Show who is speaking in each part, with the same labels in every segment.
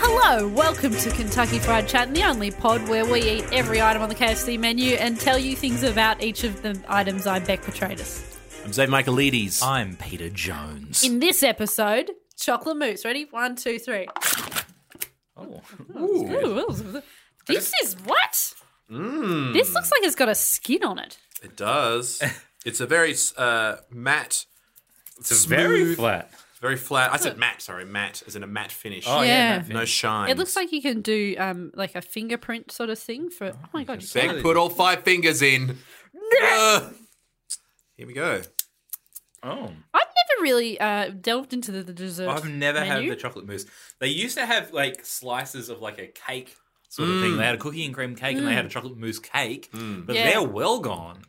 Speaker 1: Hello, welcome to Kentucky Fried Chat, the only pod where we eat every item on the KFC menu and tell you things about each of the items. I'm Beck Petratus.
Speaker 2: I'm Zave Michaelides.
Speaker 3: I'm Peter Jones.
Speaker 1: In this episode, chocolate mousse. Ready? One, two, three.
Speaker 3: oh.
Speaker 1: Ooh, ooh. this is what? This looks like it's got a skin on it.
Speaker 2: It does. It's a very uh, matte,
Speaker 3: It's very flat.
Speaker 2: very flat. I said matte, sorry, matte, as in a matte finish.
Speaker 3: Oh,
Speaker 1: Yeah.
Speaker 3: yeah.
Speaker 2: No shine.
Speaker 1: It looks like you can do um, like a fingerprint sort of thing for. Oh my god! you can-
Speaker 2: Beck put all five fingers in. Ugh. Here we go.
Speaker 3: Oh.
Speaker 1: I've never really uh, delved into the, the dessert.
Speaker 3: I've never
Speaker 1: menu.
Speaker 3: had the chocolate mousse. They used to have like slices of like a cake sort of thing. They had a cookie and cream cake and they had a chocolate mousse cake, but
Speaker 1: Mm. Yeah.
Speaker 3: they're well gone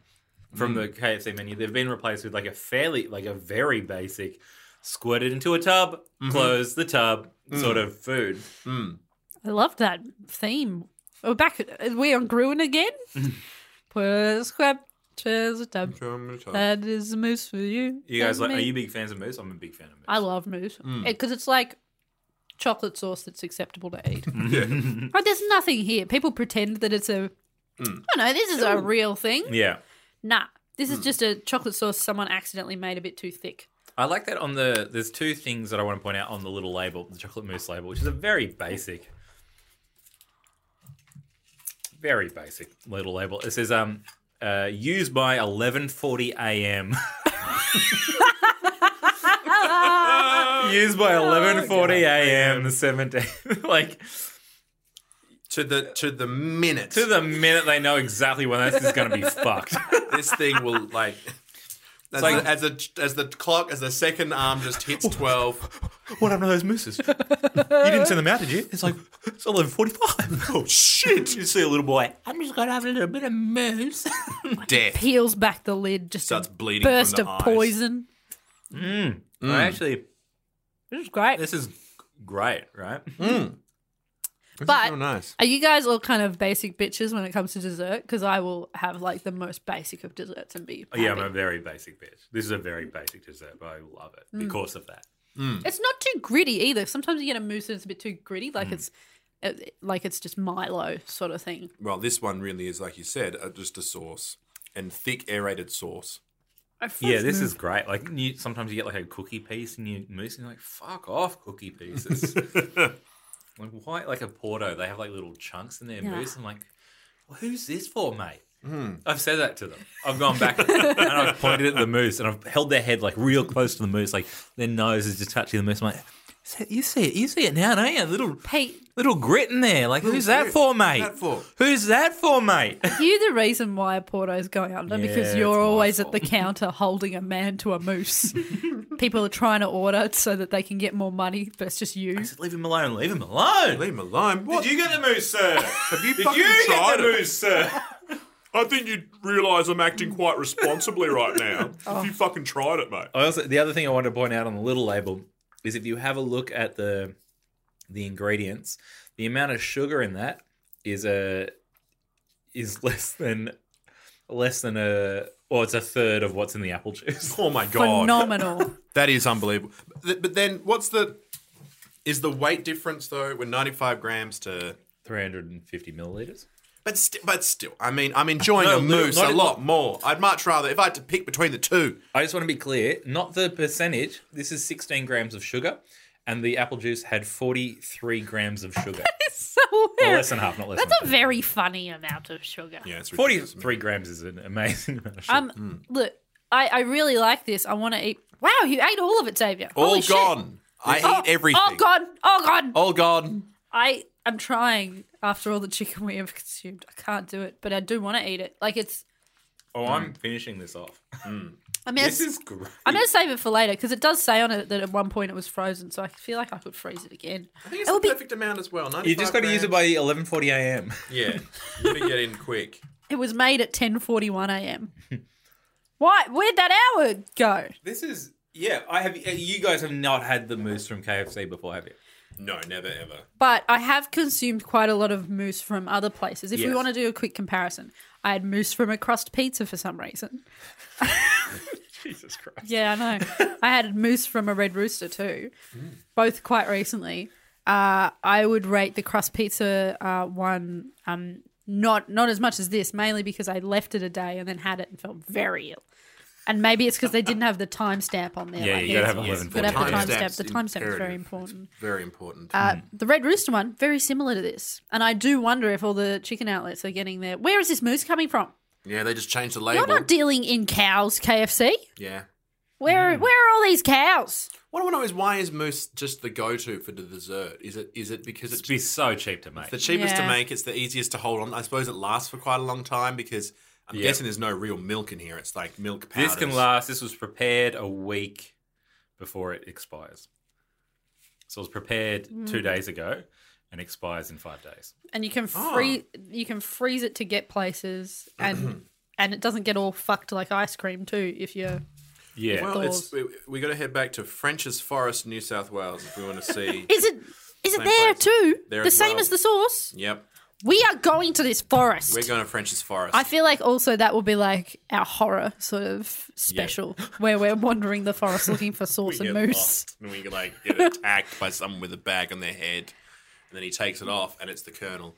Speaker 3: from the KFC menu. They've been replaced with like a fairly, like a very basic squirt it into a tub, close the tub sort of food.
Speaker 1: I love that theme. We're back. Are we on Gruen again? Pues crap, cheers, dub. That is the moose for you.
Speaker 3: You guys,
Speaker 1: and
Speaker 3: like, are
Speaker 1: me.
Speaker 3: you Hmm. big fans of mousse? I'm a big fan of mousse.
Speaker 1: I love moose because it's like chocolate sauce that's acceptable to eat.
Speaker 2: Yeah.
Speaker 1: but there's nothing here. People pretend that it's a. I don't know. This is a real thing.
Speaker 3: Hmm. yeah. Hmm.
Speaker 1: Nah, this is just a chocolate sauce someone accidentally made a bit too thick.
Speaker 3: I like that on the. There's two things that I want to point out on the little label, the chocolate mousse label, which is a very basic, very basic little label. It says, um, uh, used by 11:40 a.m. used by 11:40 a.m. the 17th, like
Speaker 2: to the to the minute,
Speaker 3: to the minute they know exactly when this is going to be fucked.
Speaker 2: this thing will like. As,
Speaker 3: like- Oh.
Speaker 2: the, as, the, as the clock, as the second arm just hits 12.
Speaker 3: What happened to those mooses? you didn't send them out, did you? It's like it's eleven forty-five. Oh shit! You see a little boy. I'm just gonna have a little bit of moose.
Speaker 2: Death.
Speaker 1: Peels back the lid, just
Speaker 2: Starts
Speaker 1: a
Speaker 2: bleeding from
Speaker 1: burst
Speaker 2: the
Speaker 1: of
Speaker 2: eyes.
Speaker 1: poison.
Speaker 3: I actually,
Speaker 1: This is great.
Speaker 3: this is great, right?
Speaker 1: but
Speaker 2: Oh, nice.
Speaker 1: Are you guys all kind of basic bitches when it comes to dessert? Because I will have like the most basic of desserts and be.
Speaker 3: Oh, yeah, I'm
Speaker 1: happy.
Speaker 3: a very basic bitch. This is a very basic dessert, but I love it because of that.
Speaker 1: it's not too gritty either. Sometimes you get a mousse that's a bit too gritty,
Speaker 3: Mm.
Speaker 1: like it's it, like it's just Milo sort of thing.
Speaker 2: Well, this one really is, like you said, uh, just a sauce and thick aerated sauce.
Speaker 3: Yeah, this is great. Like you, sometimes you get like a cookie piece and you moose, and you're like, "Fuck off, cookie pieces." like why? Like a Porto, they have like little chunks in their
Speaker 1: Yeah.
Speaker 3: mousse. I'm like, well, "Who's this for, mate?" I've said that to them. I've gone back and I've pointed at the moose and I've held their head like real close to the moose, like their nose is just touching the moose. I'm like, "See- "You see it? You see it now, don't you? Little
Speaker 1: Pete,
Speaker 3: little grit in there. Like, who's that
Speaker 2: grit.
Speaker 3: for, mate?
Speaker 2: that for?"
Speaker 3: Who's that for, mate?"
Speaker 1: you the reason why a Porto's going under
Speaker 3: Yeah,
Speaker 1: because
Speaker 3: it's
Speaker 1: you're
Speaker 3: my
Speaker 1: always at
Speaker 3: fault.
Speaker 1: the counter holding a man to a moose. People are trying to order so that they can get more money, but it's just you.
Speaker 3: I said, "Leave him alone. Leave him alone."
Speaker 2: Leave him alone. What?
Speaker 3: Did you get the moose, sir?
Speaker 2: Have you
Speaker 3: Did
Speaker 2: fucking
Speaker 3: you
Speaker 2: tried
Speaker 3: get the
Speaker 2: it?
Speaker 3: moose, sir?
Speaker 4: I think you realise I'm acting quite responsibly right now. If you fucking tried it, mate.
Speaker 3: I also the other thing I wanted to point out on the little label is if you have a look at the the ingredients, the amount of sugar in that is a is less than less than a or it's a third of what's in the apple juice.
Speaker 2: Oh my god,
Speaker 1: Phenomenal.
Speaker 2: that is unbelievable. Th- But then, what's the? Is the weight difference though? We're ninety-five grams to.
Speaker 3: Three hundred and fifty milliliters.
Speaker 2: But still, but still, I mean, I'm enjoying
Speaker 3: No,
Speaker 2: a
Speaker 3: no,
Speaker 2: moose
Speaker 3: not
Speaker 2: a
Speaker 3: in-
Speaker 2: lot more. I'd much rather if I had to pick between the two.
Speaker 3: I just want to be clear, not the percentage. This is sixteen grams of sugar, and the apple juice had forty three grams of sugar.
Speaker 1: so
Speaker 3: Or
Speaker 1: weird.
Speaker 3: less than half, not less
Speaker 1: That's
Speaker 3: than
Speaker 1: a
Speaker 3: half.
Speaker 1: very funny amount of sugar.
Speaker 2: Yeah, it's
Speaker 3: Forty
Speaker 2: ridiculous.
Speaker 3: three grams is an amazing amount of sugar.
Speaker 1: Um,
Speaker 2: Hmm.
Speaker 1: look, I, I really like this. I want to eat. Wow, you ate all of it, Xavier.
Speaker 2: All
Speaker 1: Holy shit.
Speaker 2: gone. I
Speaker 1: Oh,
Speaker 2: eat everything.
Speaker 1: Oh god. Oh god.
Speaker 2: All gone.
Speaker 1: I am trying after all the chicken we have consumed. I can't do it, but I do want to eat it. Like it's.
Speaker 3: oh, I'm finishing this off.
Speaker 1: I mean,
Speaker 3: This
Speaker 1: it's-
Speaker 3: is great.
Speaker 1: I'm going to save it for later because it does say on it that at one point it was frozen, so I feel like I could freeze it again.
Speaker 2: I think
Speaker 1: It
Speaker 2: it's the
Speaker 1: would be-
Speaker 2: perfect amount as well.
Speaker 3: You just got to use it by 11:40 a.m.
Speaker 2: Yeah, you gotta get in quick.
Speaker 1: It was made at 10:41 a.m. Why? Where'd that hour go?
Speaker 3: This is yeah. I have uh, you guys have not had the mousse from KFC before, have you?
Speaker 2: No, never ever.
Speaker 1: But I have consumed quite a lot of mousse from other places. If we
Speaker 3: Yes.
Speaker 1: want to do a quick comparison, I had mousse from a crust pizza for some reason.
Speaker 3: Jesus Christ.
Speaker 1: Yeah, I know. I had mousse from a Red Rooster too, both quite recently. uh, I would rate the crust pizza uh, one um, not not as much as this, mainly because I left it a day and then had it and felt very ill. And maybe it's because they didn't have the timestamp on there.
Speaker 3: Yeah, you gotta
Speaker 1: it's-
Speaker 3: have a
Speaker 1: yes,
Speaker 3: 11,
Speaker 1: gotta have the
Speaker 2: 14.
Speaker 1: timestamp. The
Speaker 2: Timestamp's
Speaker 1: timestamp is very
Speaker 2: imperative.
Speaker 1: important.
Speaker 2: Very important.
Speaker 1: Uh, The Red Rooster one, very similar to this. And I do wonder if all the chicken outlets are getting there. Where is this moose coming from?
Speaker 2: yeah, they just changed the
Speaker 1: You're
Speaker 2: label.
Speaker 1: not dealing in cows, KFC.
Speaker 2: yeah.
Speaker 1: Where where are all these cows?
Speaker 2: What I want to know is why is moose just the go-to for the dessert? Is it is it because it's
Speaker 3: It'd be so cheap to make.
Speaker 2: the cheapest
Speaker 1: Yeah.
Speaker 2: to make? It's the easiest to hold on. I suppose it lasts for quite a long time because I'm
Speaker 3: Yeah.
Speaker 2: guessing there's no real milk in here. It's like milk powders.
Speaker 3: This can last. This was prepared a week before it expires. So it was prepared
Speaker 2: Mm.
Speaker 3: two days ago and expires in five days.
Speaker 1: And you can free you can freeze it to get places and and it doesn't get all fucked like ice cream too if you're
Speaker 3: Yeah.
Speaker 2: Well, it's, we, we got to head back to French's Forest, New South Wales, if we want to see.
Speaker 1: Is it is it
Speaker 2: Same
Speaker 1: there
Speaker 2: place.
Speaker 1: too?
Speaker 2: There
Speaker 1: the
Speaker 2: as
Speaker 1: same
Speaker 2: well.
Speaker 1: as the sauce?
Speaker 2: yep,
Speaker 1: We are going to this forest.
Speaker 2: we're going to French's Forest.
Speaker 1: I feel like also that will be like our horror sort of special where we're wandering the forest looking for sauce and
Speaker 2: get
Speaker 1: moose.
Speaker 2: lost and we like get attacked by someone with a bag on their head, and then he takes it off, and it's the Colonel.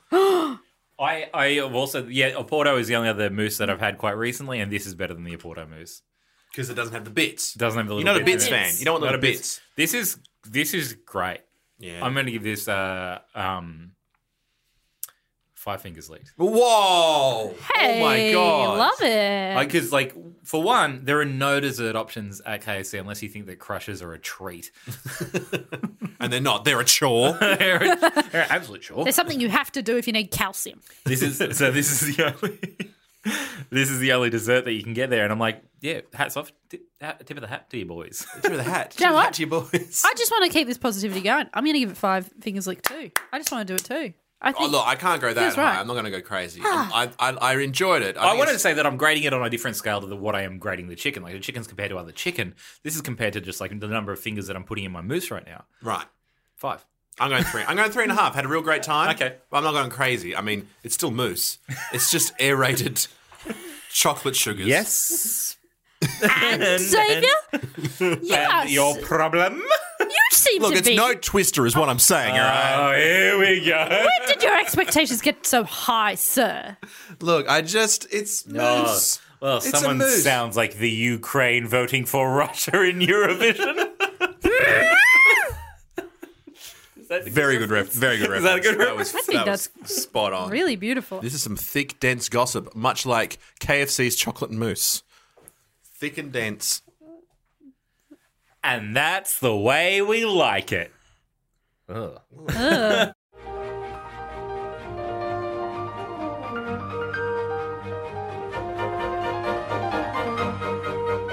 Speaker 3: I, I have also, yeah, Oporto is the only other moose that I've had quite recently, and this is better than the Oporto moose.
Speaker 2: Because it doesn't have the bits.
Speaker 3: It doesn't have the
Speaker 2: You're
Speaker 3: little
Speaker 2: not a bits
Speaker 3: bits in it.
Speaker 2: fan. You don't want
Speaker 3: Not
Speaker 2: the
Speaker 3: a
Speaker 2: bits.
Speaker 3: bits. This is this is great.
Speaker 2: Yeah.
Speaker 3: I'm going to give this uh, um, five fingers leaked.
Speaker 2: Whoa!
Speaker 1: Hey,
Speaker 3: Oh my God.
Speaker 1: love it.
Speaker 3: Because, like, for one, there are no dessert options at KFC unless you think that crushes are a treat.
Speaker 2: And they're not. They're a chore.
Speaker 3: they're, they're absolute sure.
Speaker 1: There's something you have to do if you need calcium.
Speaker 3: This is so. This is the only. this is the only dessert that you can get there, and I'm like, yeah, hats off, tip, hat, tip of the hat to you boys.
Speaker 2: Give the hat.
Speaker 1: you know
Speaker 2: Give the
Speaker 1: what?
Speaker 2: hat to your boys.
Speaker 1: I just want to keep this positivity going. I'm going to give it five fingers lick too. I just want to do it too. I
Speaker 2: Oh,
Speaker 1: think
Speaker 2: look, I can't go that
Speaker 1: Feels
Speaker 2: high.
Speaker 1: right. Ah.
Speaker 2: I'm not going to go crazy. I'm- I, I, I enjoyed it.
Speaker 3: I
Speaker 2: think
Speaker 3: wanted to
Speaker 2: it's-
Speaker 3: say that I'm grading it on a different scale to the, what I am grading the chicken. Like the chicken's compared to other chicken. This is compared to just like the number of fingers that I'm putting in my mousse right now.
Speaker 2: Right.
Speaker 3: Five.
Speaker 2: I'm going three. I'm going three and a half. Had a real great time.
Speaker 3: Okay.
Speaker 2: But I'm not going crazy. I mean, it's still moose. It's just aerated chocolate sugars.
Speaker 3: Yes.
Speaker 1: Xavier,
Speaker 3: And
Speaker 1: yes,
Speaker 3: your
Speaker 1: you
Speaker 3: problem.
Speaker 1: seem
Speaker 2: Look,
Speaker 1: to
Speaker 2: it's
Speaker 1: be.
Speaker 2: no twister, is what I'm saying, all right?
Speaker 3: Oh, here we go.
Speaker 1: When did your expectations get so high, sir?
Speaker 2: Look, I just. It's moose.
Speaker 3: Well,
Speaker 2: It's a
Speaker 3: someone
Speaker 2: moose.
Speaker 3: sounds like the Ukraine voting for Russia in Eurovision.
Speaker 2: Very good ref. Very good reference.
Speaker 3: that a good
Speaker 2: was,
Speaker 1: I think
Speaker 2: that was spot on.
Speaker 1: Really beautiful.
Speaker 2: This is some thick, dense gossip, much like KFC's chocolate mousse. Thick and dense.
Speaker 3: and that's the way we like it.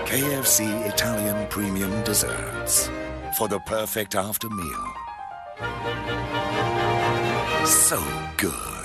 Speaker 5: KFC Italian Premium Desserts for the perfect after meal. So good.